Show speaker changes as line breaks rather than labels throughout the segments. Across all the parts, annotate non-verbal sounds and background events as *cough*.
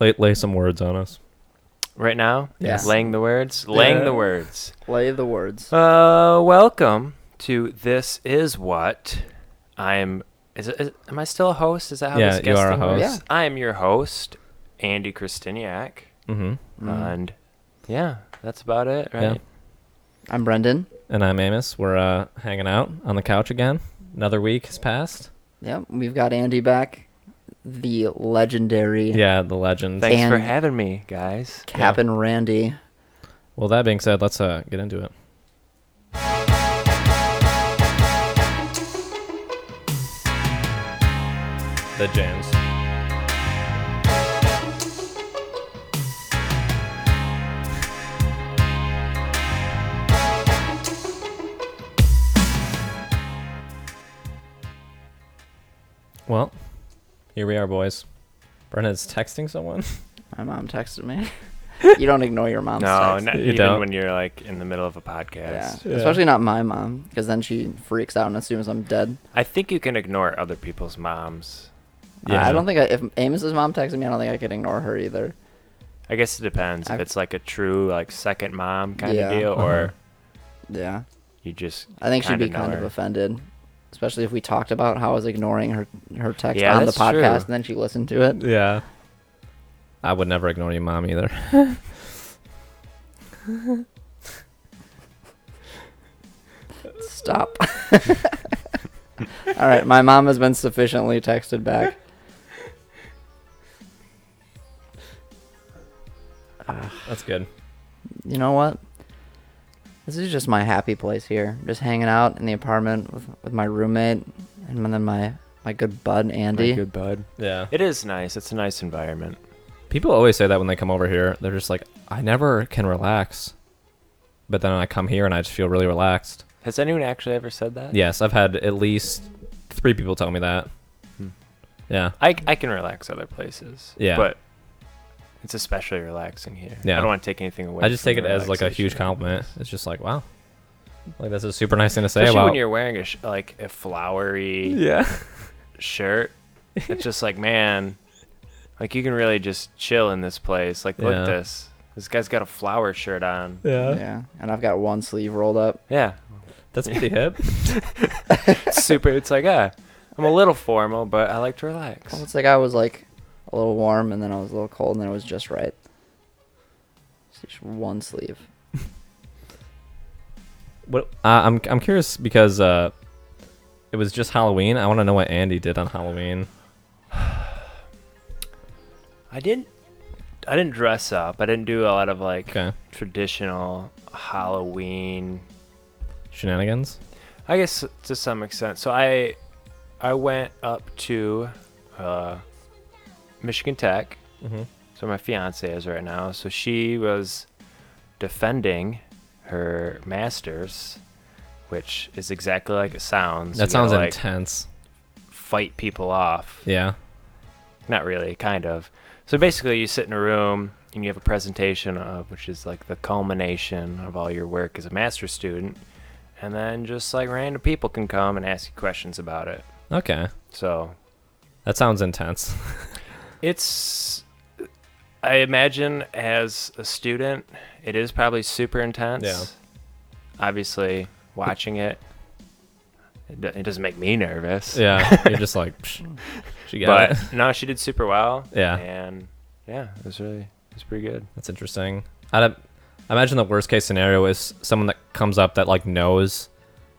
Lay, lay some words on us.
Right now?
Yes.
Laying the words? Laying
Yeah.
the words.
Play the words.
Uh, welcome to This Is What. I'm. Is, it is am I still a host? Is that how
Yeah,
this
you
guest
are a
thing works?
host.
I am your host, Andy Kristiniak.
hmm
And yeah, that's about it,
Yeah.
right?
I'm Brendan.
And I'm Amos. We're uh, hanging out on the couch again. Another week has passed.
Yep, we've got Andy back, the legendary
Yeah, the legend.
Thanks for
And-
having me, guys.
Cap'n Randy.
Well, that being said, let's uh, get into it. The jams. Well, here we are, boys. Brenda's texting someone.
My mom
*laughs*
texted me. you don't ignore your mom's
No,
text.
not
You
even
don't.
when you're like in the middle of a
Yeah.
podcast.
Yeah.
especially not my mom, because then she freaks out and assumes I'm dead.
I think you can ignore other people's moms.
Yeah. I don't think I, if Amos's mom texted me, I don't think I could ignore her either.
I guess it depends if
I've-
it's like a true like second mom kind
Yeah.
of deal
Uh-huh.
or
Yeah,
you just
I think she'd
kinda
be
know
kind of
her.
offended, especially if we talked about how I was ignoring her her text
Yeah,
on the
that's true.
podcast, and then she listened to it.
Yeah. I would never ignore your mom either.
Stop. *laughs* All right, my mom has been sufficiently texted back.
That's good.
You know what? This is just my happy place here. Just hanging out in the apartment with, with my roommate and then my, my good bud Andy.
bud.
Yeah.
It is nice. It's a nice environment.
People always say that when they come over here. They're just like, I never can relax. But then I come here and I just feel really relaxed.
Has anyone actually ever said that?
Yes, I've had at least three people tell me that.
Hmm.
Yeah.
I, I can relax other places.
Yeah.
But it's especially relaxing here.
Yeah.
I don't want to take anything away.
I just
from
take it
the
as like a huge
relaxation.
compliment. It's just like, wow. Like, that's a super nice thing to say
Especially
about.
when you're wearing a sh- like a flowery
yeah.
shirt. It's just like man, like you can really just chill in this place. Like look
Yeah.
at this. This guy's got a flower shirt on.
Yeah, and I've got one sleeve rolled up.
Yeah.
That's pretty hip.
Super. It's like ah, I'm a little formal, but I like to relax.
Well, it's like I was like a little warm and then I was a little cold and then it was just right. So Just one sleeve.
What uh, I'm I'm curious because uh, it was just Halloween. I want to know what Andy did on Halloween.
I didn't. I didn't dress up. I didn't do a lot of like
Okay,
traditional Halloween.
shenanigans.
I guess to some extent. So I, I went up to, uh, Michigan Tech.
Mm-hmm.
So my fiance is right now. So she was defending her masters, which is exactly like it sounds.
That
You
sounds
gotta, like
intense.
fight people off.
Yeah.
Not really, kind of. So basically, you sit in a room and you have a presentation of, which is like the culmination of all your work as a master's student. And then just like random people can come and ask you questions about it.
Okay.
So
That sounds
*laughs*
intense.
it's, I imagine as a student, it is probably super intense.
Yeah.
Obviously, watching it, it, do- it doesn't make me nervous.
yeah. You're just like, Psh, she got it. *laughs*
But no, she did super well.
Yeah.
And yeah, it was really, it was pretty good.
That's interesting. I'd, I imagine the worst case scenario is someone that comes up that like knows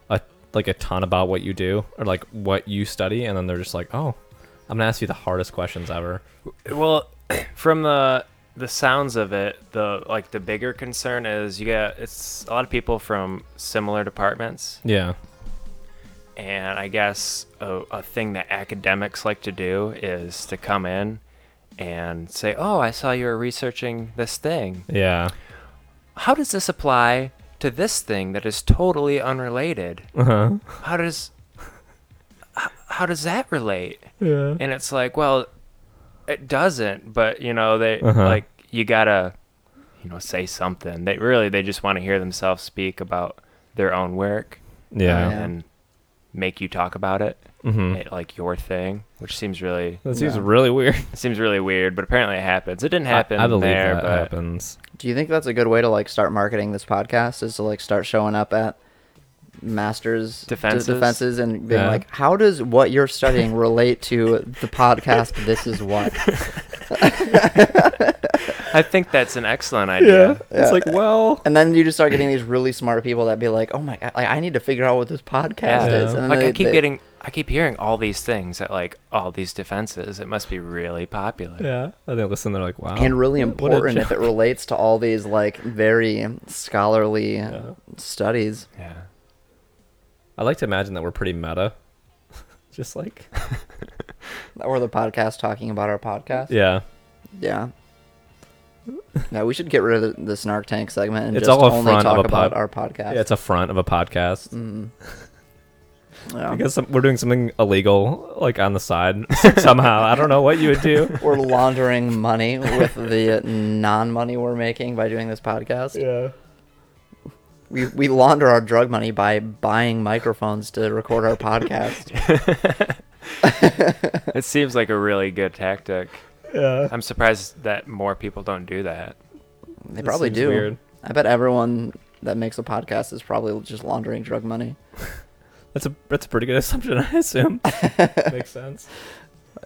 a like a ton about what you do or like what you study, and then they're just like, oh, I'm gonna ask you the hardest questions ever.
Well, *clears throat* from the the sounds of it, the like the bigger concern is you get it's a lot of people from similar departments,
Yeah.
and I guess a, a thing that academics like to do is to come in and say, "Oh, I saw you were researching this thing.
Yeah.
How does this apply to this thing that is totally unrelated?
Uh huh.
How does h- how does that relate?"
Yeah.
and it's like well it doesn't but you know they
Uh-huh.
like you gotta you know say something they really they just want to hear themselves speak about their own work
Yeah.
Yeah.
and make you talk about it,
hmm
it like your thing, which seems really
That seems
Yeah.
really weird.
it seems really weird, but apparently it happens. It didn't
I-
happen
I, believe
there,
that
but
happens.
Do you think that's a good way to like start marketing this podcast? Is to like start showing up at masters de-
Defenses?
defenses and being
Yeah.
like, how does what you're studying relate to the podcast? This is
*laughs*
what.
I think that's an excellent idea.
It's like, well,
And then you just start getting these really smart people that be like, oh my god, like, I need to figure out what this podcast
Yeah.
is. And then
Like I
they-
keep
they-
getting I keep hearing all these things at like all these defenses. It must be really popular.
yeah. And they listen. They're like, wow.
and really
what- what a
important if
*laughs*
it
joke.
relates to all these like very scholarly studies.
Yeah.
I like to imagine that we're pretty meta. *laughs* Just like,
Or the podcast talking about our podcast.
yeah.
Yeah. Yeah, we should get rid of the, the snark tank segment and
It's
just
all a
only
front of
talk
a
about
pod-
our podcast.
Yeah, it's a front of a podcast.
Mm. Yeah.
I guess *laughs* some, we're doing something illegal, like on the side *laughs* somehow. I don't know what you would do.
we're laundering money with the non-money we're making by doing this podcast.
*laughs* Yeah.
We we launder our drug money by buying microphones to record our
*laughs*
podcast.
It seems like a really good tactic.
Yeah.
I'm surprised that more people don't do that.
They probably do. I bet everyone that makes a podcast is probably just laundering drug money.
That's a that's a pretty good *laughs* assumption, I
*laughs*
assume. Makes sense.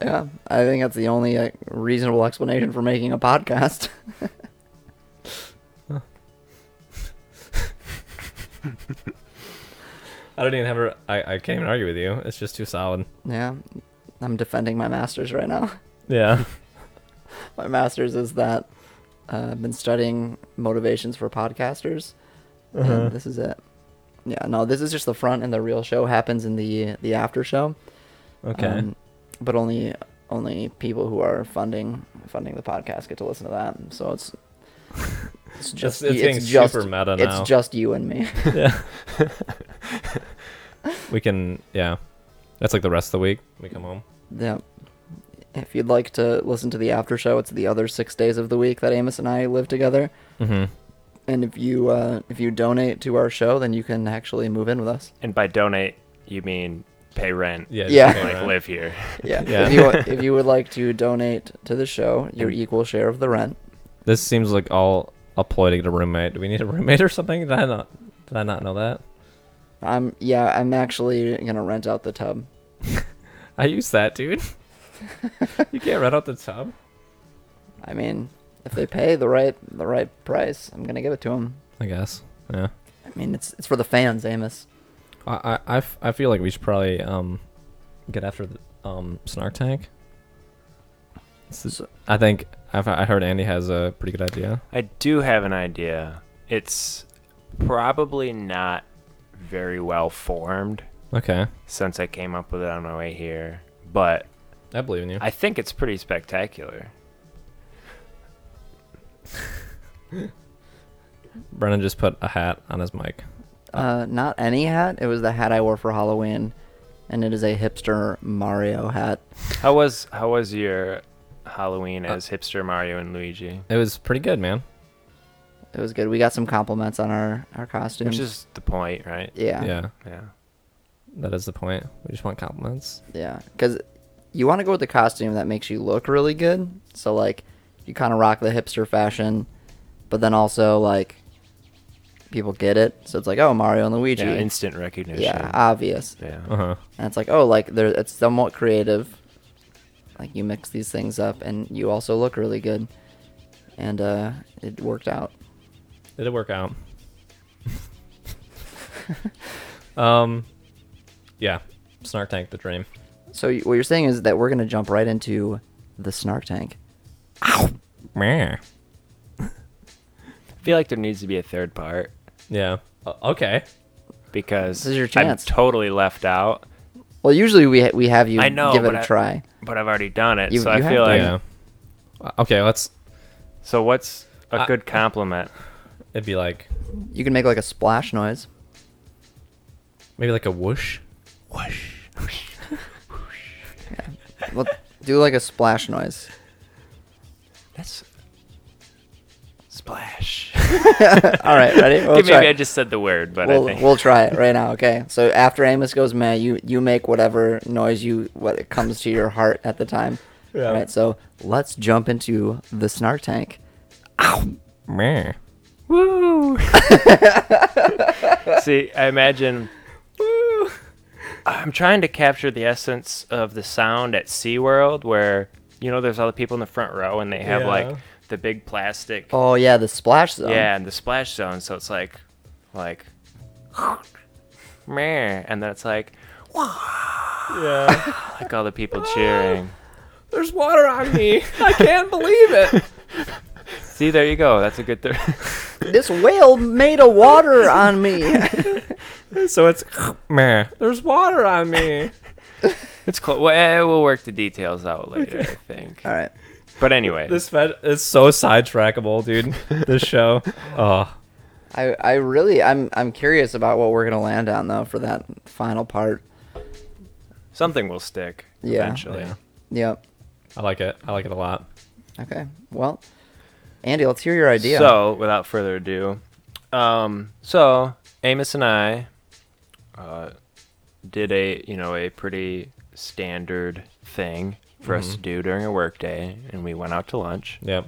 Yeah, I think that's the only uh, reasonable explanation for making a podcast. *laughs*
I don't even have a. I, I can't even argue with you. It's just too solid.
yeah, I'm defending my master's right now.
Yeah.
My master's is that uh, I've been studying motivations for podcasters,
Uh-huh.
and this is it. Yeah, no, this is just the front, and the real show happens in the the after show.
*laughs* Okay.
Um, but only only people who are funding funding the podcast get to listen to that.
*laughs*
So it's it's
It's-
just
it's
y-
getting
just,
super meta
it's
now.
just you and me. *laughs*
yeah. we can. Yeah. That's like the rest of the week. We come home.
yeah. If you'd like to listen to the after show, it's the other six days of the week that Amos and I live together.
Mm-hmm.
And if you uh, if you donate to our show, then you can actually move in with us.
And by donate, you mean pay rent.
Yeah.
Yeah.
just
Like
hang around.
live here.
Yeah.
Yeah.
If you if you would like to donate to the show, your equal share of the rent.
This seems like all a ploy to get a roommate. Do we need a roommate or something? Did I not? Did I not know that?
I'm yeah. I'm actually gonna rent out the tub.
I use that, dude. you can't run out the tub.
I mean, if they pay the right the right price, I'm gonna give it to them.
I guess. Yeah.
I mean, it's it's for the fans, Amos.
I I- I f- I feel like we should probably um get after the um snark tank. This is-
So-
I think I've, I heard Andy has a pretty good idea.
I do have an idea. It's probably not very well formed
Okay,
since I came up with it on my way here, but
I believe in you.
I think it's pretty spectacular.
Brennan just put a hat on his mic.
Uh, not any hat. It was the hat I wore for Halloween, and it is a hipster Mario hat.
How was how was your Halloween as hipster Mario and Luigi?
It was pretty good, man.
It was good. We got some compliments on our our costumes.
Which is the point, right?
yeah,
Yeah.
yeah,
Yeah.
that is the point. We just want compliments.
Because you want to go with the costume that makes you look really good. So like, you kind of rock the hipster fashion, but then also like, people get it. So it's like, oh, Mario and Luigi.
Yeah, instant recognition.
yeah, obvious.
Yeah.
Uh huh.
And it's like, oh, like there, it's somewhat creative. Like you mix these things up, and you also look really good. And uh, it worked out.
Did it work *laughs* out? um, yeah. Snark tank the dream.
So you, what you're saying is that we're gonna jump right into the snark tank.
Meh.
I feel like there needs to be a third part
Yeah. O- okay.
because
This is your chance.
I'm totally left out,
Well, usually we ha- we have you
I know,
give it
but
a
I-
try.
but I've already done it.
You-
so
you
I
have
feel
to.
like
yeah. Uh, Okay, let's.
so what's a
Uh,
I-
good compliment?
It'd be like
You can make like a splash noise.
maybe like a whoosh.
Well, do like a splash noise. *laughs*
That's splash. *laughs*
*laughs* All right, ready? We'll
Okay,
try.
maybe I just said the word, but I
We'll,
think
we'll try
*laughs*
it right now, okay? So after Amos goes meh, you you make whatever noise you what it comes to your heart at the time.
Yeah.
All right, so let's jump into the snark tank.
Meh.
*laughs*
Woo! See, I imagine. I'm trying to capture the essence of the sound at SeaWorld where, you know, there's all the people in the front row and they have
Yeah.
like the big plastic.
Oh yeah, the splash zone.
Yeah, and the splash zone. So it's like, like, *laughs* meh. And then it's like,
Yeah.
like all the
*laughs*
people cheering.
*laughs* There's water on me. I can't believe it.
See, there you go. That's a good *laughs* thing.
This whale made a water on me.
*laughs*
*laughs*
So it's meh. *laughs* There's water on me.
it's cool. Well, eh, we'll work the details out later, I
*laughs*
think.
All right.
But anyway.
This fed is so sidetrackable, dude. This show. *laughs* Oh.
I, I really I'm I'm curious about what we're gonna land on though for that final part.
something will stick
Yeah.
eventually.
Yeah.
Yep.
I like it. I like it a lot.
Okay. Well, Andy, let's hear your idea.
So, without further ado, um, so Amos and I uh, did a you know a pretty standard thing for
Mm-hmm.
us to do during a workday, and we went out to lunch.
Yep.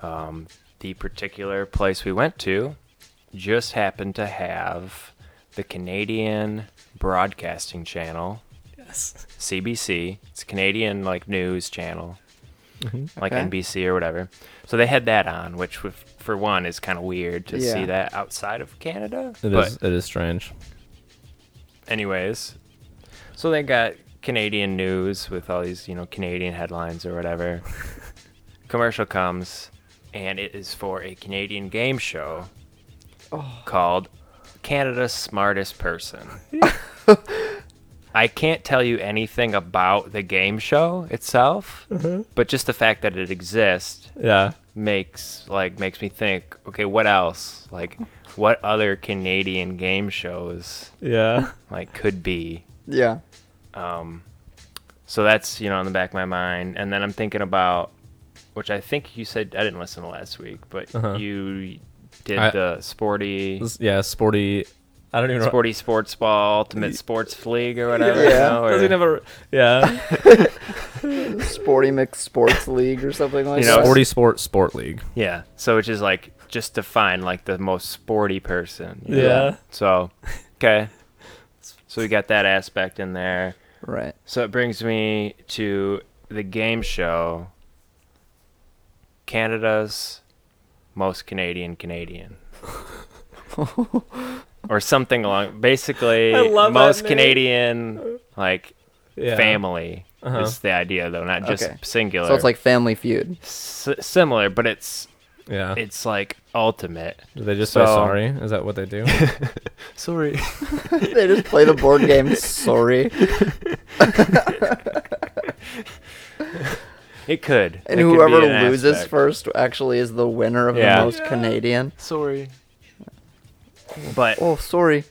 Um, the particular place we went to just happened to have the Canadian Broadcasting Channel
Yes.
CBC. It's a Canadian like news channel, like
Okay.
NBC or whatever. So they had that on, which w- for one is kind of weird to
Yeah.
see that outside of Canada.
It is.
but
It is strange.
anyways, so they got Canadian news with all these you know Canadian headlines or whatever. Commercial comes, and it is for a Canadian game show called Canada's Smartest Person. I can't tell you anything about the game show itself, but just the fact that it exists
Yeah.
makes like makes me think, okay, what else? Like what other Canadian game shows
Yeah.
like could be?
yeah.
So that's, you know, in the back of my mind. And then I'm thinking about which I think you said I didn't listen to last week, but
Uh-huh.
you did
I-
the sporty
This- *laughs* Yeah. Sporty. I don't even know.
sporty sports ball ultimate sports league or whatever. you
Yeah.
know, or-
Doesn't even have a- *laughs* yeah.
Sporty Mix Sports League or something like
You know,
that.
Sporty sport sport league.
Yeah. So which is like just to find like the most sporty person. you know?
Yeah.
So
*laughs*
okay. So we got that aspect in there.
Right.
So it brings me to the game show Canada's most Canadian Canadian. or something along basically
I love that
most
name.
Canadian like
Yeah.
family
Uh-huh.
is the idea though, not just
Okay.
singular.
So it's like Family Feud.
S- similar, but it's
Yeah.
it's like ultimate.
Do they just say
So-
sorry? Is that what they *laughs* do?
Sorry.
*laughs* they just play the board game. *laughs* Sorry.
It could.
And
It could
whoever
be an
loses
aspect.
first actually is the winner of
Yeah.
the most Canadian.
Sorry. But
Oh, sorry.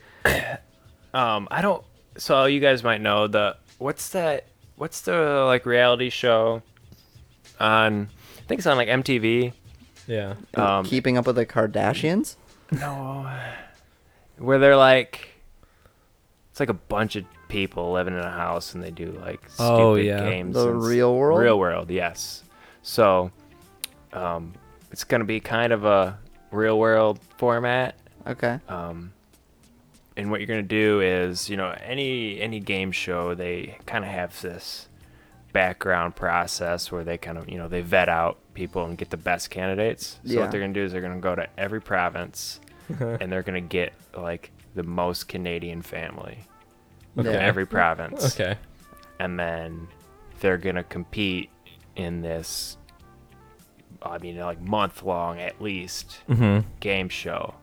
um, I don't. So you guys might know the what's that? What's the like reality show on? I think it's on like MTV.
yeah.
Um,
Keeping up with the Kardashians?
no, where they're like, it's like a bunch of people living in a house and they do like stupid
Oh, yeah.
games.
The
and s-
real world?
Real world, yes. So, um, it's gonna be kind of a real world format.
Okay.
um, and what you're gonna do is you know any any game show they kind of have this background process where they kind of you know they vet out people and get the best candidates so
Yeah.
what they're gonna do is they're gonna go to every province and they're gonna get like the most canadian family
Okay.
in every province
Okay.
and then they're gonna compete in this i mean like month long at least
Mm-hmm.
game show.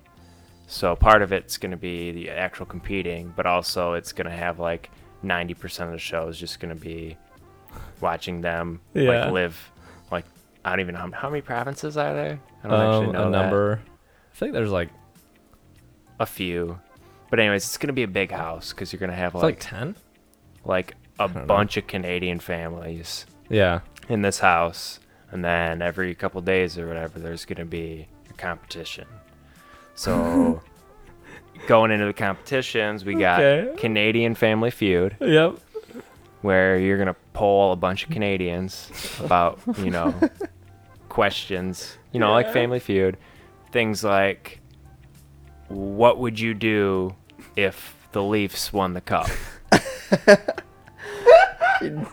So part of it's going to be the actual competing, but also it's going to have like 90% of the show is just going to be watching them
Yeah.
like live like I don't even know how- how many provinces are there. I don't
Um, a
that.
number. I think there's like it's
a few. But anyways, it's going to be a big house cuz you're going to have
like
like
ten.
like a
don't know.
bunch of Canadian families
Yeah.
in this house and then every couple days or whatever there's going to be a competition.
*laughs*
So going into the competitions, we got
Okay.
Canadian Family Feud,
Yep.
where you're gonna poll a
*laughs*
bunch of Canadians about you know questions, you know, like
Yeah.
Family Feud, things like what would you do if the Leafs won the
*laughs*
cup?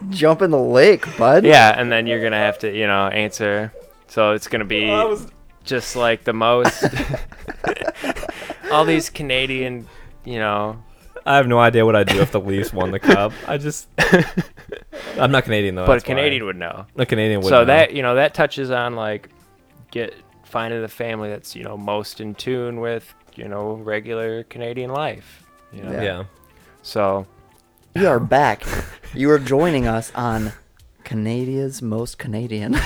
Jump in the lake, bud.
yeah, and then you're gonna have to you know answer. So it's gonna be just like the
*laughs*
most all these Canadian, you know.
I have no idea what I'd do if the Leafs won the cup. I *laughs* just, I'm not Canadian though.
but a
that's why.
Canadian would know.
a Canadian would.
so
know.
that you know that touches on like get finding the family that's you know most in tune with you know regular Canadian life. You know?
yeah.
So
*laughs*
We are back. You are joining us on Canada's Most Canadian.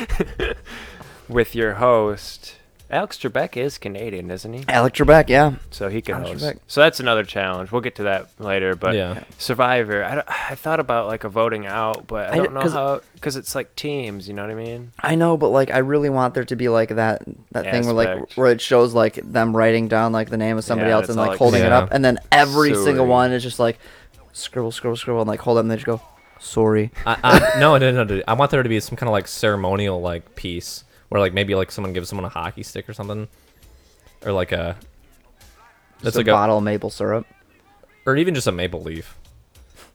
*laughs*
with your host, Alex Trebek is Canadian, isn't he?
Alex Trebek, yeah.
So he can
Alex
host.
Trebek.
So that's another challenge. We'll get to that later. But
Yeah.
Survivor, I, don't- I thought about like a voting out, but I
I d-
don't know
'cause-
how because it's like teams. You know what I mean?
I know, but like, I really want there to be like that that thing where like
Aspect.
where it shows like them writing down like the name of somebody
Yeah,
else
it's
and
all,
like,
like,
holding it
Yeah.
up, and then every single
Sorry.
one is just like scribble, scribble, scribble, and like hold up, and they just go, "Sorry."
I, I, no, no, no, no. I want there to be some kind of like ceremonial like piece where like maybe like someone gives someone a hockey stick or something, or like a. That's
Just
like
a
a,
bottle of maple syrup.
or even just a maple leaf.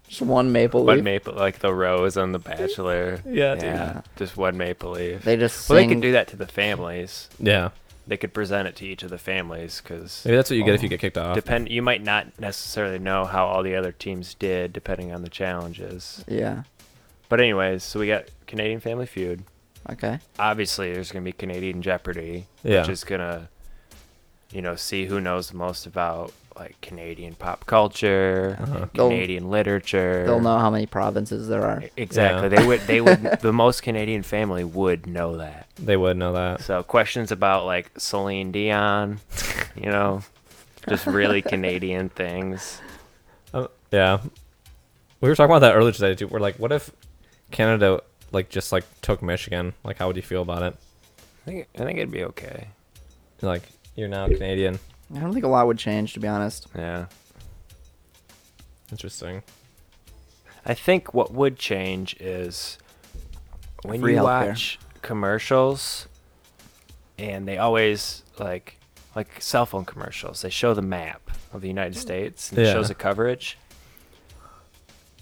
Just one maple
One
leaf.
maple, like the rose on the Bachelor.
Yeah, dude.
yeah, just one maple leaf.
they just
well, they
sing.
could do that to the families.
Yeah,
They could present it to each of the families because
maybe that's what you get if
Oh.
you get kicked off.
depend. You might not necessarily know how all the other teams did depending on the challenges.
yeah.
But anyways, so we got Canadian Family Feud.
Okay.
Obviously, there's gonna be Canadian Jeopardy,
Yeah.
which is gonna, you know, see who knows the most about like Canadian pop culture,
They'll-
Canadian literature.
They'll know how many provinces there are.
Exactly. They would. They would. the most Canadian family would know that.
They would know that.
So questions about like Celine Dion, you know, just
*laughs*
really Canadian things.
Uh, yeah, we were talking about that earlier today too. We're like, what if Canada like just like took Michigan? Like, how would you feel about it?
I think I think it'd be okay.
Like, you're now Canadian.
I don't think a lot would change, to be honest.
Yeah.
Interesting.
I think what would change is when
Free
you
healthcare.
watch commercials and they always like like cell phone commercials, they show the map of the United States and it
Yeah.
shows the coverage.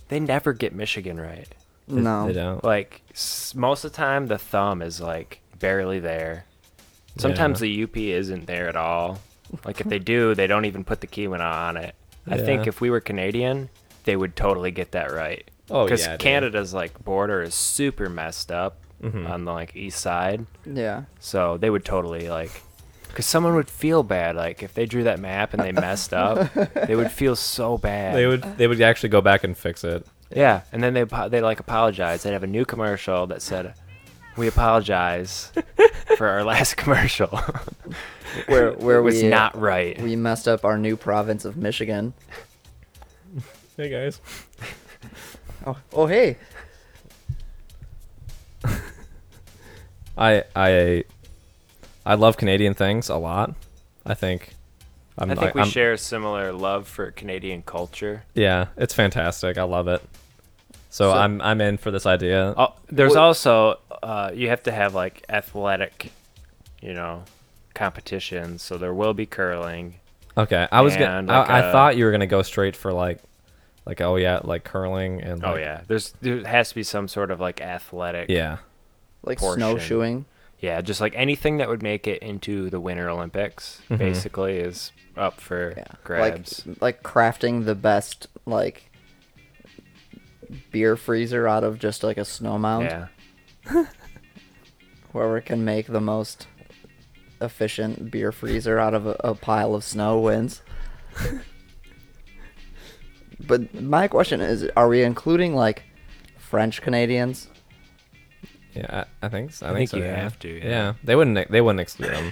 They never get Michigan right.
They-
no.
they don't.
Like s- most of the time the thumb is like barely there. Sometimes
Yeah.
the UP isn't there at all. Like
*laughs*
if they do, they don't even put the Keweenaw on it. I think
Yeah.
if we were Canadian, they would totally get that right.
Oh,
because
yeah, dude.
Canada's like border is super messed up
Mm-hmm.
on the like east side,
Yeah.
so they would totally like. Because someone would feel bad, like if they drew that map and they messed up, they would feel so
*laughs*
bad.
They would. They would actually go back and fix it.
Yeah, and then they apo- they like apologize. They'd have a new commercial that said, "We *laughs* apologize for our last commercial.
Where where
it was
we uh,
not right."
we messed up our new province of Michigan.
Hey guys.
Oh, oh hey.
I I I love Canadian things a lot. I think. I'm,
I think we
I'm-
share a similar love for Canadian culture.
Yeah, it's fantastic. I love it. So,
So-
I'm I'm in for this idea.
Oh, there's
What-
also uh, you have to have like athletic, you know, competitions. So there will be curling.
okay, I was gonna.
and like uh,
I, I
a-
thought you were gonna go straight for like, like oh yeah, like curling and
Oh
like-
yeah, there's there has to be some sort of like athletic.
yeah,
Like
Portion.
snowshoeing.
Yeah, just like anything that would make it into the Winter Olympics basically is up for
Yeah.
grabs.
Like like crafting the best like beer freezer out of just like a snow mound.
yeah.
Whoever can make the most efficient beer freezer out of a, a pile of snow wins. but my question is are we including like French Canadians?
yeah. I, I think so. I,
think
so,
you
yeah.
have to, yeah.
they wouldn't. They wouldn't exclude them.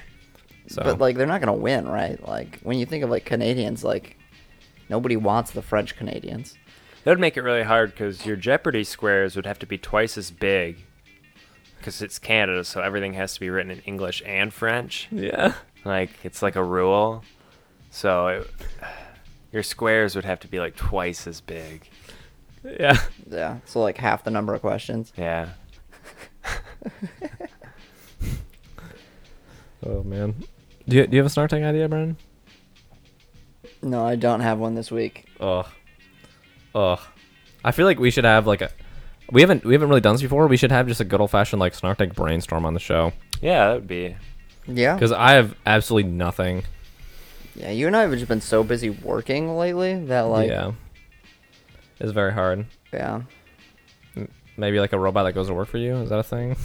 So
But like they're not gonna win, right? Like when you think of like Canadians, like nobody wants the French Canadians.
That would make it really hard because your Jeopardy squares would have to be twice as big because it's Canada, so everything has to be written in English and French.
Yeah. *laughs*
Like it's like a rule. So it, *sighs* your squares would have to be like twice as big.
Yeah.
Yeah. So like half the number of questions.
Yeah.
Oh man. Do you, do you have a snark tank idea, Brennan?
No, I don't have one this week.
Ugh. Ugh. I feel like we should have like a. We haven't we haven't really done this before. We should have just a good old fashioned like snark tank brainstorm on the show
Yeah, that would be.
Yeah.
because I have absolutely nothing.
Yeah, you and I have just been so busy working lately that like yeah.
yeah. It's very hard. Maybe like a robot that goes to work for you. Is that a thing?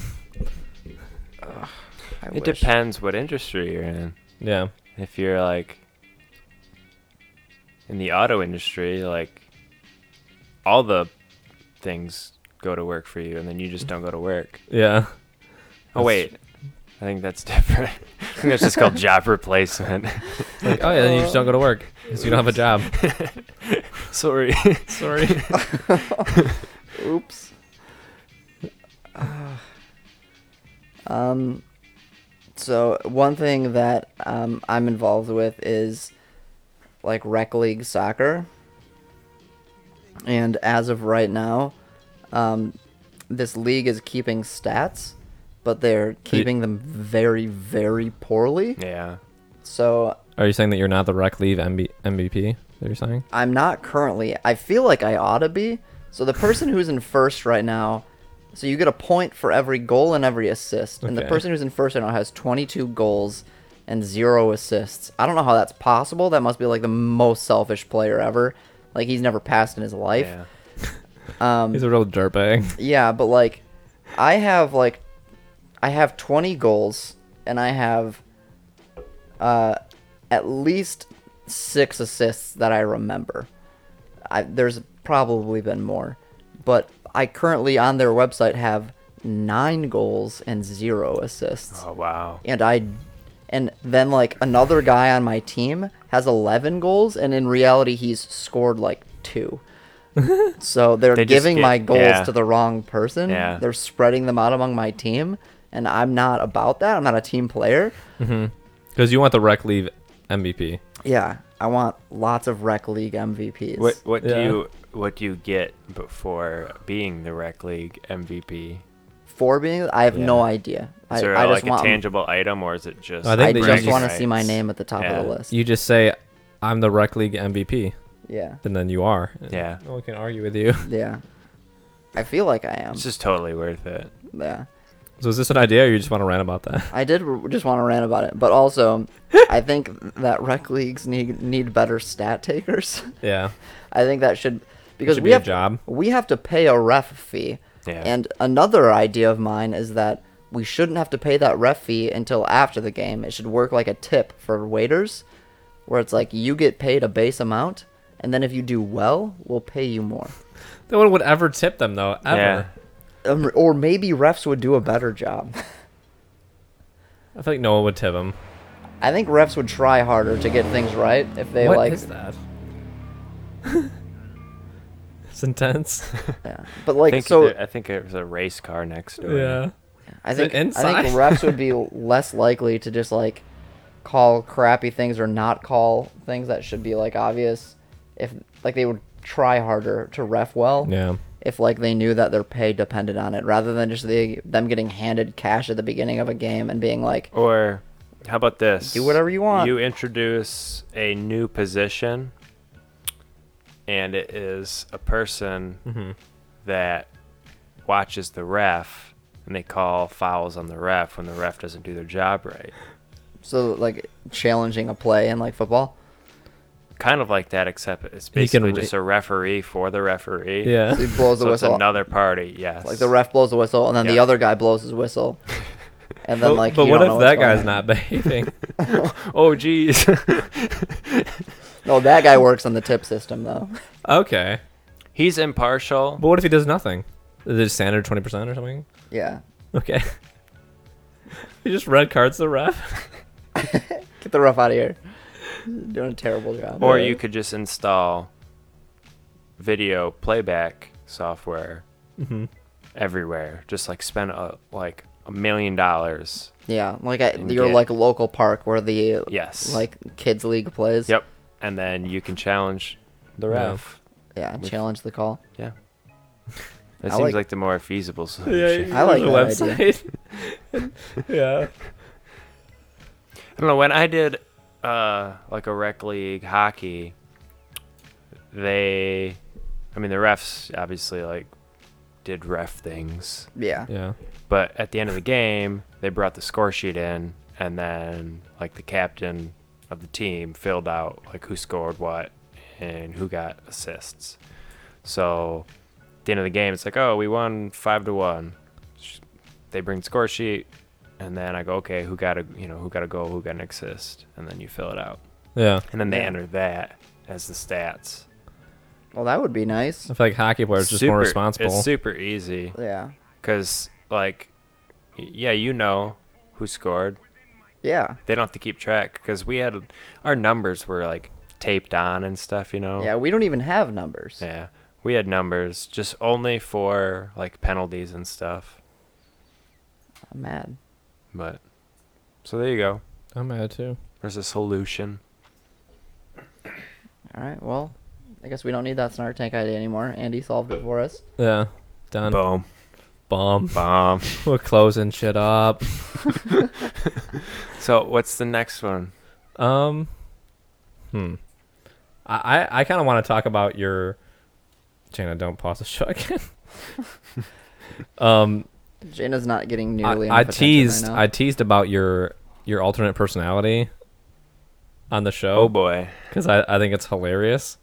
I
it
wish.
depends what industry you're in.
Yeah.
If you're like in the auto industry, like all the things go to work for you, and then you just don't go to work.
Yeah.
Oh wait, I think that's *laughs* different. I think that's just
*laughs*
called job replacement.
*laughs* Like, oh yeah, then you just don't go to work because you don't have a job.
Sorry.
*laughs* Sorry.
Oops. *sighs* um, so one thing that um, I'm involved with is like rec league soccer, and as of right now, um, this league is keeping stats, but they're keeping them very, very poorly.
*laughs* Yeah.
So
Are you saying that you're not the rec leave MB- MVP? That you're saying?
I'm not currently. I feel like I ought to be. So the person who's in first right now, so you get a point for every goal and every assist, and the
Okay.
person who's in first right now has 22 goals and zero assists. I don't know how that's possible. That must be like the most selfish player ever. Like he's never passed in his life.
Yeah.
Um,
He's a real dirtbag. *laughs*
yeah, but like, I have like, I have 20 goals and I have, uh, at least six assists that I remember. I, there's probably been more, but I currently on their website have nine goals and zero assists,
Oh wow.
and I, and then like another guy on my team has 11 goals, and in reality he's scored like two. So they're
They just
giving
get-
my goals
yeah.
to the wrong person.
Yeah.
They're spreading them out among my team, and I'm not about that. I'm not a team player.
Because Mm-hmm. you want the rec leave MVP.
Yeah, I want lots of rec league MVPs.
What what do
Yeah.
you what do you get before being the rec league MVP?
For being, I have
Yeah.
no idea.
Is
I,
there uh,
I
like
just
a
want.
tangible item, or is it just?
I
I
think that you
just
just-
want to see my name at the top of the
Yeah.
list.
You just say, "I'm the rec league MVP,"
yeah,
and then you are.
Yeah.
No one can argue with you. *laughs*
yeah. I feel like I am.
It's just totally worth it.
Yeah,
So is this an idea, or you just want to rant about that? *laughs*
I did r- just want to rant about it, but also, I think that rec leagues need need better stat takers. *laughs*
Yeah.
I think that should because
should
we
be a
have
job.
we have to pay a ref fee.
Yeah.
And another idea of mine is that we shouldn't have to pay that ref fee until after the game. It should work like a tip for waiters, where it's like you get paid a base amount, and then if you do well, we'll pay you more.
No one would ever tip them though. Ever.
Yeah.
Um, or maybe refs would do a better job. *laughs*
I feel like no one would tip them.
I think refs would try harder to get things right if they
What
like.
is that? *laughs* it's intense. *laughs*
Yeah. But
I
like
think
so,
there- I think it was a race car next door.
yeah.
I
Is it
think I
inside?
think refs
*laughs*
would be less likely to just like call crappy things or not call things that should be like obvious if like they would try harder to ref well
Yeah.
if like they knew that their pay depended on it rather than just the them getting handed cash at the beginning of a game and being like
Or how about this?
Do whatever you want.
You introduce a new position, and it is a person
Mm-hmm.
that watches the ref, and they call fouls on the ref when the ref doesn't do their job right.
so like challenging a play in like football
Kind of like that, except it's
He can
basically
re-
just a referee for the referee.
Yeah. *laughs*
he blows the
So it's
whistle
another party, yes.
like the ref blows the whistle and then the
Yeah.
other guy blows his
*laughs*
whistle and then
But-
like
but
you
what
don't know
if
what's
that
going
guy's
on.
not behaving?
*laughs*
*laughs*
Oh, geez.
no that guy works on the tip system though
okay.
He's impartial.
But what if he does nothing? Is it standard twenty percent or something? *laughs*
yeah
Okay. *laughs* he just red cards the ref. *laughs*
Get the rough out of here. Doing a terrible job.
Or you could just install
Mm-hmm.
video playback software everywhere. Just like spend a, like a million dollars.
Yeah, like at
And
your
get-
like local park where the
Yes.
like kids league plays.
Yep. And then you can challenge the
Yeah.
ref.
Yeah,
With-
challenge the call.
Yeah. That
I
seems
like-
like, the more feasible solution.
I like that idea.
website. *laughs* yeah.
I don't know. When I did uh, like a rec league hockey, they, I mean, the refs obviously like did ref things,
Yeah.
Yeah.
but at the end of the game, they brought the score sheet in, and then like the captain of the team filled out like who scored what and who got assists. So at the end of the game, it's like, oh, we won five to one. Sh- They bring the score sheet, and then I go, okay, who got a you know who got a goal, who got an assist, and then you fill it out,
Yeah.
and then they
Yeah.
enter that as the stats.
Well, that would be nice.
I feel like hockey players are just more
Super-
responsible.
It's super easy.
Yeah.
Because, like, y- yeah, you know who scored.
Yeah.
They don't have to keep track because we had our numbers were like taped on and stuff, you know?
Yeah. We don't even have numbers.
Oh. Yeah. We had numbers just only for like penalties and stuff.
I'm mad.
But, so there you go.
I'm mad too.
There's a solution.
All right. Well, I guess we don't need that snark tank idea anymore. Andy solved it for us.
Yeah. Done.
Boom.
Bomb.
Bomb.
*laughs* We're closing shit up.
so, what's the next one?
Um. Hmm. I I, I kind of want to talk about your. Jana, don't pause the show again. um,
Jana's not getting
I,
nearly.
I
enough attention
teased
Right now.
I teased about your your alternate personality on the
Oh,
show
boy.
because I, I think it's hilarious.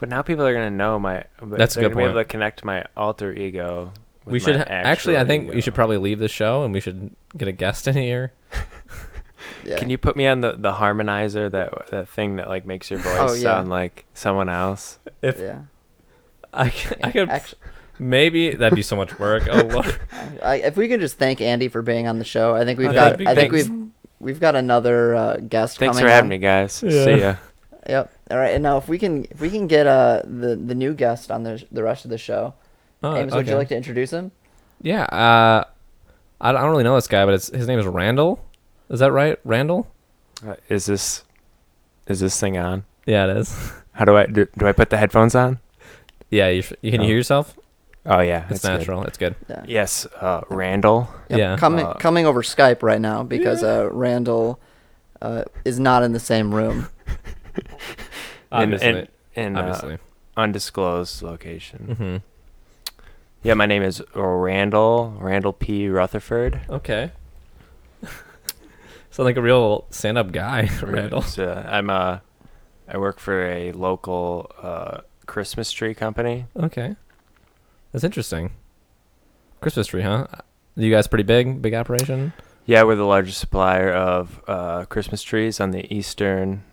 But now people are going to know my.
That's a
they're
good
gonna Be able
point.
to connect my alter ego. With
we should
my
ha- actually
actual
I think
ego.
we should probably leave the show and we should get a guest in here.
Yeah.
Can you put me on the, the harmonizer that that thing that like makes your voice
Oh, yeah.
sound like someone else?
If
Yeah.
I could, I could
Actually,
maybe that'd be so much work. Oh
*laughs*
Lord.
I, if we could just thank Andy for being on the show, I think we've
Okay.
got.
Big
I think
thanks.
we've we've got another uh, guest.
Thanks
coming
for having
on.
me, guys.
Yeah.
See ya.
Yep. All right. And now, if we can, if we can get uh the the new guest on the the rest of the show,
Oh,
Amos, would you
okay.
like to introduce him?
Yeah. Uh, I don't I don't really know this guy, but it's, his name is Randall. Is that right, Randall?
Uh, Is this is this thing on?
Yeah, it is. *laughs*
How do I do, do I put the headphones on?
Yeah, you, sh- you can you
Oh.
hear yourself.
Oh yeah,
It's
that's good.
natural. It's good.
Yeah.
Yes, uh, Randall.
Yep,
Yeah.
Coming
Uh,
coming over Skype right now because uh, Randall uh, is not in the same room.
Obviously.
In, in, in, uh,
Obviously. *laughs*
undisclosed location.
hmm
Yeah, my name is Randall. Randall P. Rutherford.
Okay. *laughs* Sound like a real stand-up guy, *laughs* Randall.
So, I'm uh, I work for a local uh, Christmas tree company.
Okay. That's interesting. Christmas tree, huh? You guys pretty big, big operation.
Yeah, we're the largest supplier of uh, Christmas trees on the eastern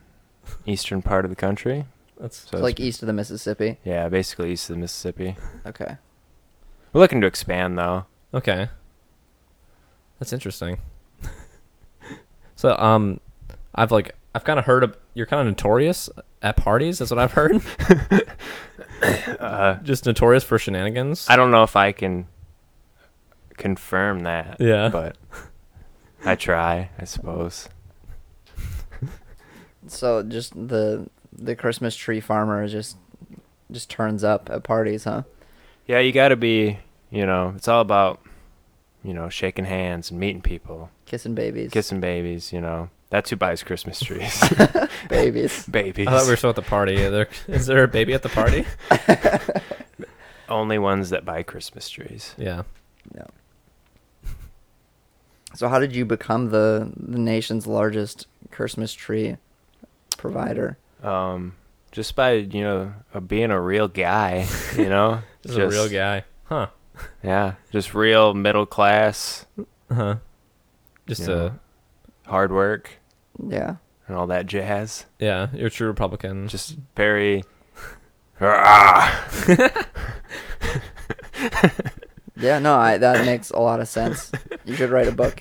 eastern part of the country.
*laughs* That's
So
It's like east of the Mississippi.
yeah, basically east of the Mississippi.
Okay.
We're looking to expand though.
okay. That's interesting. *laughs* so, um, I've like I've kind of heard of you're kind of notorious at parties. That's what I've
*laughs*
heard.
Uh,
Just notorious for shenanigans.
I don't know if I can confirm that.
Yeah.
But I try, I suppose.
So just the the Christmas tree farmer just just turns up at parties, huh?
Yeah, you got to be, you know, it's all about you know, shaking hands and meeting people,
Kissing babies. *laughs*
kissing babies, you know. That's who buys
*laughs*
Christmas trees. *laughs*
babies.
babies.
I thought we were still at the party. Is there, is there a baby at the
*laughs*
party?
Only ones that buy Christmas trees.
Yeah.
No. So how did you become the the nation's largest Christmas tree provider?
um, just by you know uh, being a real guy, you
*laughs*
know,
This is a real guy. Huh.
Yeah, just real middle class,
Huh. Uh-huh. Just
Yeah.
a
hard work,
Yeah.
and all that jazz.
yeah. You're a true Republican.
Just *laughs* very. Ah!
Yeah, no, I, that makes a lot of sense. You should write a book.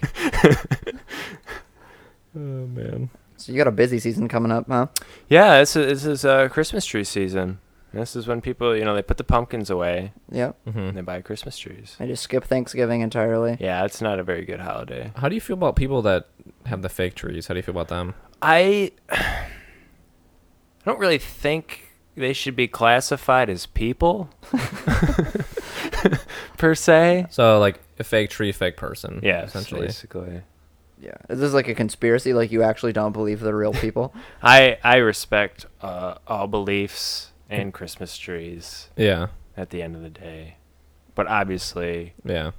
oh man.
So you got a busy season coming up, huh?
Yeah, this is, this is uh, Christmas tree season. And this is when people, you know, they put the pumpkins away
Yep.
and
hmm
they buy Christmas *laughs* trees.
I just skip Thanksgiving entirely.
Yeah, it's not a very good holiday.
How do you feel about people that have the fake trees? How do you feel about them?
I I don't really think they should be classified as people *laughs* per se.
So like a fake tree, fake person.
Yeah,
essentially.
basically.
Yeah. Is this like a conspiracy? Like you actually don't believe the real people?
I I respect uh, all beliefs and Christmas trees
Yeah,
at the end of the day, but obviously
yeah,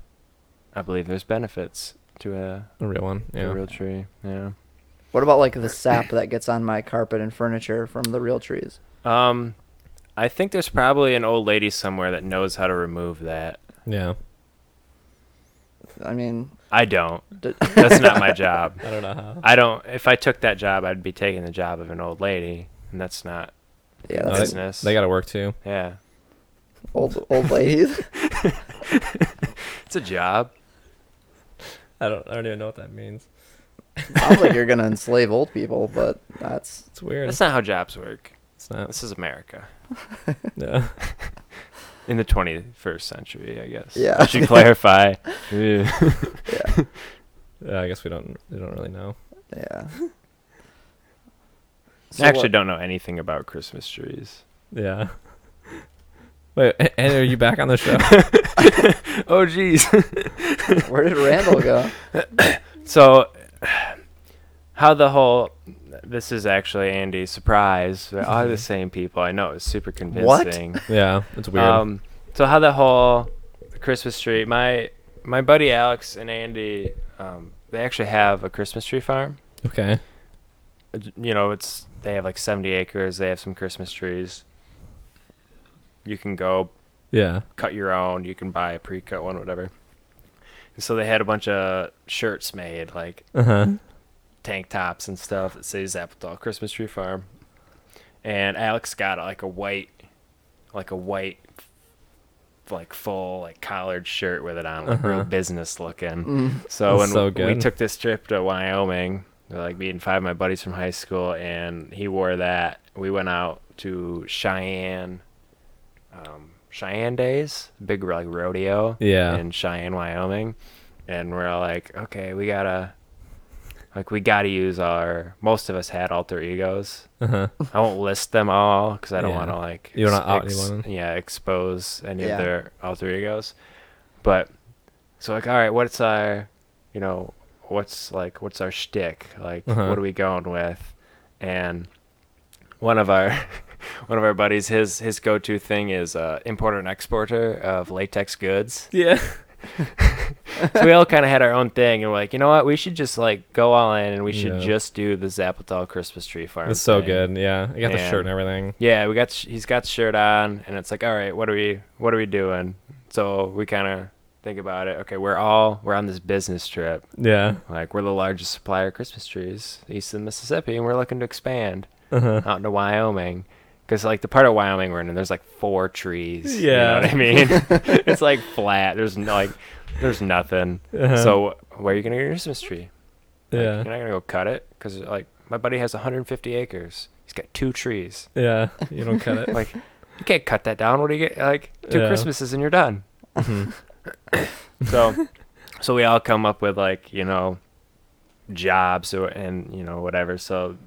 I believe there's benefits to a,
a real one.
to
Yeah,
a real tree. Yeah.
what about like the sap that gets on my carpet and furniture from the real trees?
Um, I think there's probably an old lady somewhere that knows how to remove that.
yeah.
I mean,
I don't.
d- *laughs*
That's not *laughs* my job.
*laughs* I don't know how.
I don't. If I took that job, I'd be taking the job of an old lady, and that's not
yeah,
No,
that's
they,
business.
got to work too.
yeah,
*laughs* old old ladies.
it's a job.
I don't. I don't even know what that means.
Sounds like you're gonna enslave old people, but that's
It's weird.
That's not how jobs work.
It's
*laughs*
not.
This is America
Yeah.
in the 21st century, I guess.
Yeah.
I should *laughs* clarify. Ew.
yeah. I guess we don't. We don't really know.
yeah.
I actually
what-
don't know anything about Christmas trees.
Yeah. *laughs* Wait, A- Andy, are you back on the
*laughs*
show?
Oh, geez.
Where did Randall go?
So, *sighs* how the whole this is actually Andy's surprise. They are the same people. I know it's super
What?
convincing.
yeah, it's weird.
Um, so how the whole Christmas tree? My my buddy Alex and Andy, um, they actually have a Christmas tree farm.
okay.
Uh, j- You know, it's they have like 70 acres. They have some Christmas trees. You can go
Yeah.
cut your own. You can buy a pre-cut one, whatever. And so they had a bunch of shirts made, like
Uh huh.
*laughs* tank tops and stuff that says Appetal Christmas Tree Farm. And Alex got like a white, like a white, like full like collared shirt with it on, like real
Uh-huh.
business looking.
Mm.
So when
That's so
we
good.
took this trip to Wyoming, like me and five of my buddies from high school, and he wore that. We went out to Cheyenne, um, Cheyenne Days, big like rodeo
Yeah.
in Cheyenne, Wyoming, and we're all like, okay, we gotta, like, we gotta use our. Most of us had alter egos.
Uh huh.
I won't list them all because I don't
Yeah.
want to like
You don't wanna out anyone.
yeah expose any
Yeah.
of their alter egos. But so like, all right, what's our, you know, what's like, what's our shtick? Like,
Uh-huh.
what are we going with? And one of our *laughs* one of our buddies, his his go to thing is uh, importer and exporter of latex goods.
Yeah.
So we all kind of had our own thing, and we're like, you know what? We should just like go all in, and we should
Yeah.
just do the Zappatal Christmas tree farm.
It's so
thing.
good. Yeah. I got the
And-
shirt and everything.
Yeah, we got sh- he's got shirt on, and it's like, all right, what are we what are we doing? So we kind of think about it. Okay, we're all we're on this business trip.
Yeah.
Like we're the largest supplier of Christmas trees east of the Mississippi, and we're looking to expand
Uh huh.
out into Wyoming. Because like the part of Wyoming we're in, there's like four trees.
Yeah.
you
*laughs*
know what I mean. *laughs* it's like flat. There's no, like there's nothing.
Uh-huh.
So where are you gonna get your Christmas tree?
Yeah.
Like, you're not gonna go cut it because like my buddy has 150 acres. He's got two trees.
Yeah. You don't cut
*laughs*
it.
Like you can't cut that down. What do you get? Like two
Yeah.
Christmases and you're done.
Mhm.
*coughs* So, so we all come up with like you know, jobs or and you know whatever. So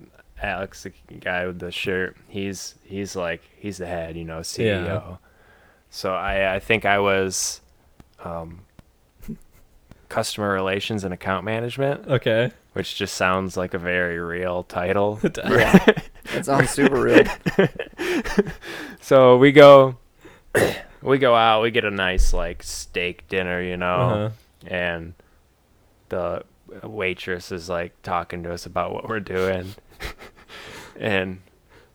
Alex, the guy with the shirt, he's he's like he's the head, you know, CEO. So I I think I was, um, customer relations and account management,
Okay.
which just sounds like a very real title.
Yeah. It sounds super real.
So we go, *coughs* we go out. We get a nice like steak dinner, you
*laughs*
know,
Uh-huh.
and the waitress is like talking to us about what we're doing, *laughs* and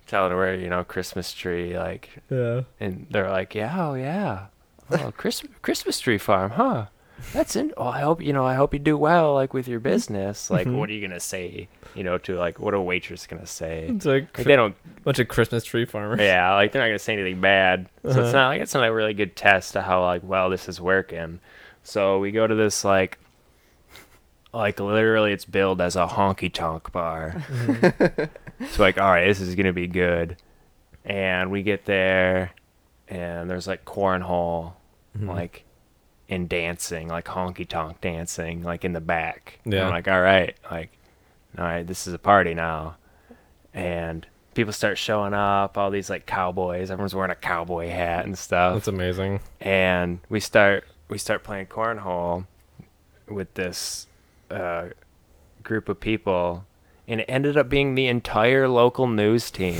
telling her we're you know Christmas tree like,
Yeah.
and they're like, yeah, oh yeah, *laughs* oh Christmas Christmas tree farm, huh? That's in. Oh, I hope you know. I hope you do well, like with your business. Like,
Mhm.
what are you gonna say? You know, to like, what a waitress gonna say?
It's a
Like,
cri-
they don't
bunch of Christmas tree farmers.
*laughs* yeah, like they're not gonna say anything bad. So it's
Uh-huh.
not like it's not a really good test to how like well this is working. So we go to this like like literally it's billed
Mm-hmm.
as a honky tonk bar. It's like, all right, this is gonna be good. and we get there and there's like cornhole
Mm-hmm.
like and dancing like honky tonk dancing like in the back And
Yeah.
i'm like all right like all right this is a party now and people start showing up all these like cowboys everyone's wearing a cowboy hat and stuff
That's amazing.
and we start we start playing cornhole with this uh, group of people and it ended up being the entire local news
*laughs*
team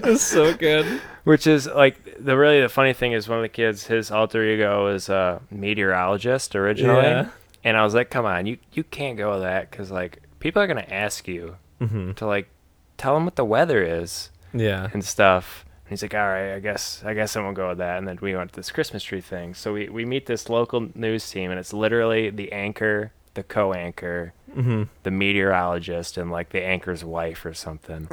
That's so good.
which is like the really the funny thing is one of the kids his alter ego is a meteorologist originally
Yeah.
and i was like come on you you can't go with that because like people are gonna ask you
Mm-hmm.
to like tell them what the weather is
Yeah.
and stuff. And he's like, all right, I guess I guess I'm gonna go with that. And then we went to this Christmas tree thing. So we, we meet this local news team, and it's literally the anchor, the co-anchor, the meteorologist, and like the anchor's wife or something.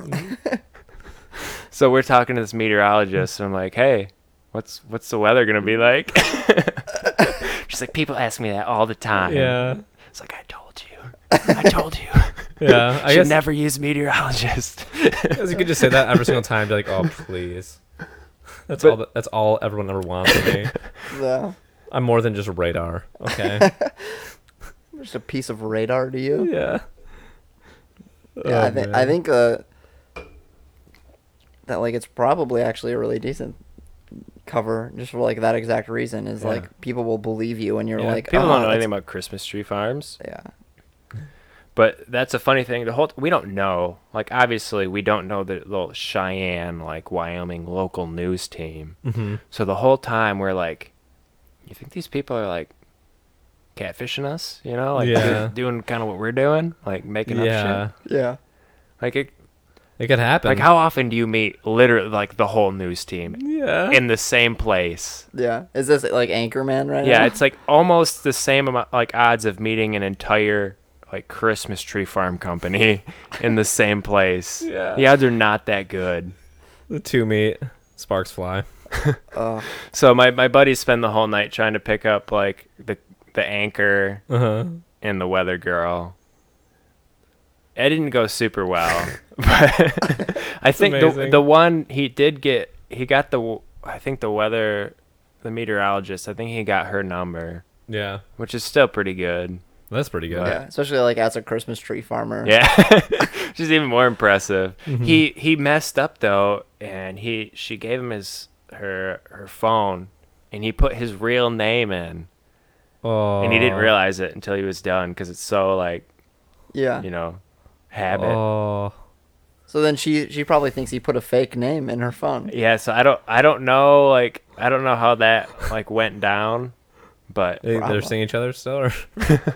*laughs* so we're talking to this meteorologist, and I'm like, hey, what's what's the weather gonna be like? *laughs* She's like, people ask me that all the time.
Yeah.
It's like I told you, *laughs* I told you.
Yeah. I
Should
guess
never use meteorologist.
I guess you could just say that every single time. Be like, oh please. *laughs* That's all. That, that's all everyone ever wants from me.
Yeah.
I'm more than just radar. *laughs* Okay.
Just a piece of radar to you.
yeah.
yeah,
Oh,
I, th- I
man.
think uh, that like it's probably actually a really decent cover just for like that exact reason is
Yeah.
like people will believe you and you're
Yeah,
like
People
"Oh,
don't know
that's-
anything about Christmas tree farms,
*laughs* yeah
but that's a funny thing. The whole we don't know. Like obviously, we don't know the little Cheyenne, like Wyoming local news team.
Mhm.
So the whole time we're like, you think these people are like catfishing us? You know, like
Yeah.
do- *laughs* doing kind of what we're doing, like making
Yeah.
up shit.
yeah
Like it,
It could happen.
like how often do you meet literally like the whole news team
Yeah.
in the same place?
yeah is this like anchorman right
Yeah,
now?
it's like almost the same amount, like odds of meeting an entire like Christmas tree farm company *laughs* in the same
*laughs*
place.
Yeah.
the odds are not that good.
the two meet. Sparks fly.
oh,
So my my buddies spend the whole night trying to pick up like the the anchor
Uh huh.
and the weather girl. It didn't go super well, *laughs*
*laughs*
but I think the
amazing.
the one he did get, he got the w- I think the weather, the meteorologist. I think he got her number,
Yeah.
which is still pretty good.
That's pretty good.
yeah especially like as a christmas tree farmer
Yeah, which is even more impressive.
Mm-hmm.
He he messed up though, and he she gave him his her her phone, and he put his real name in,
Oh.
and he didn't realize it until he was done because it's so like
yeah
you know habit.
Oh.
so then she she probably thinks he put a fake name in her phone
Yeah, so I don't I don't know like I don't know how that like went down, but
They, they're
Problem.
seeing each other still. Or? *laughs*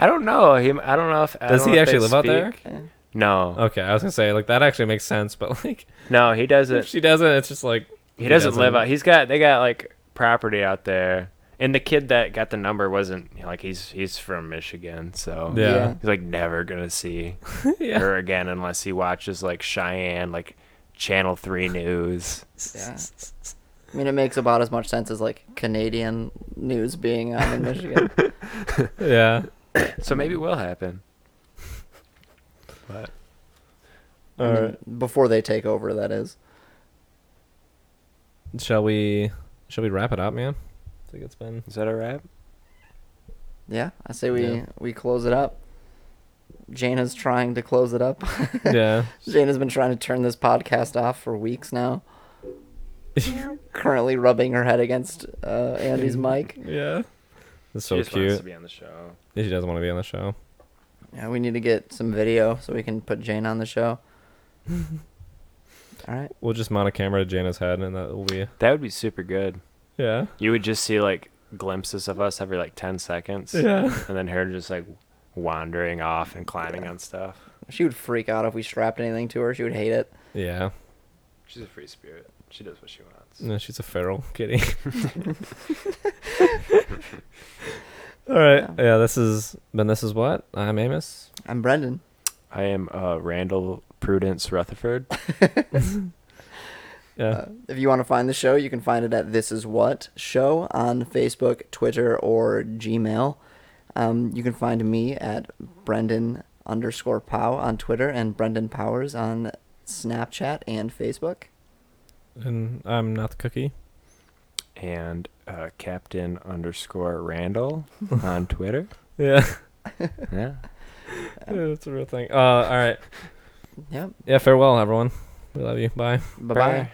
I don't know him. I don't know if I
Does
don't
he
know if they
actually live out there? Oh.
speak. No,
Okay, I was gonna say like that actually makes sense, but like
no, he
if
doesn't.
she doesn't, it's just like
he doesn't live out. He's got they got like property out there, and the kid that got the number wasn't you know, like he's he's from Michigan, so
Yeah.
he's like never gonna see
*laughs* Yeah.
her again unless he watches like Cheyenne, like Channel Three News.
yeah i mean it makes about as much sense as like canadian news being on
*laughs*
in michigan
Yeah.
so maybe it will happen.
I mean, before they take over that is
Shall we? Shall we wrap it up, man? I think it's been.
Is that a wrap?
Yeah, I say we
Yeah.
we close it up. Jana's trying to close it up. *laughs*
Yeah.
Jana's been trying to turn this podcast off for weeks now. Currently rubbing her head against uh, Andy's mic.
*laughs* yeah. That's so
she just wants
cute.
to be on the show.
Yeah, she doesn't want to be on the show.
Yeah, we need to get some video so we can put Jane on the show. All right.
We'll just mount a camera to Jana's head, and that will be.
That would be super good.
Yeah.
You would just see like glimpses of us every like ten seconds,
Yeah. *laughs*
and then her just like wandering off and climbing on stuff.
She would freak out if we strapped anything to her. She would hate it.
Yeah.
She's a free spirit. She does what she wants.
No, she's a feral *laughs* kitty. All right. Yeah. This is been. This is what I'm Amos.
I'm Brendan.
I am uh, Randall Prudence Rutherford.
Yeah.
Uh, If you want to find the show, you can find it at This Is What Show on Facebook, Twitter, or Gmail. Um, you can find me at Brendan underscore pow on Twitter and Brendan Powers on Snapchat and Facebook.
And I'm not the cookie.
and uh, Captain underscore Randall on Twitter.
Yeah.
Yeah.
*laughs* That's a real thing. Uh, all right.
Yep.
Yeah, farewell, everyone. We love you. Bye.
Bye bye.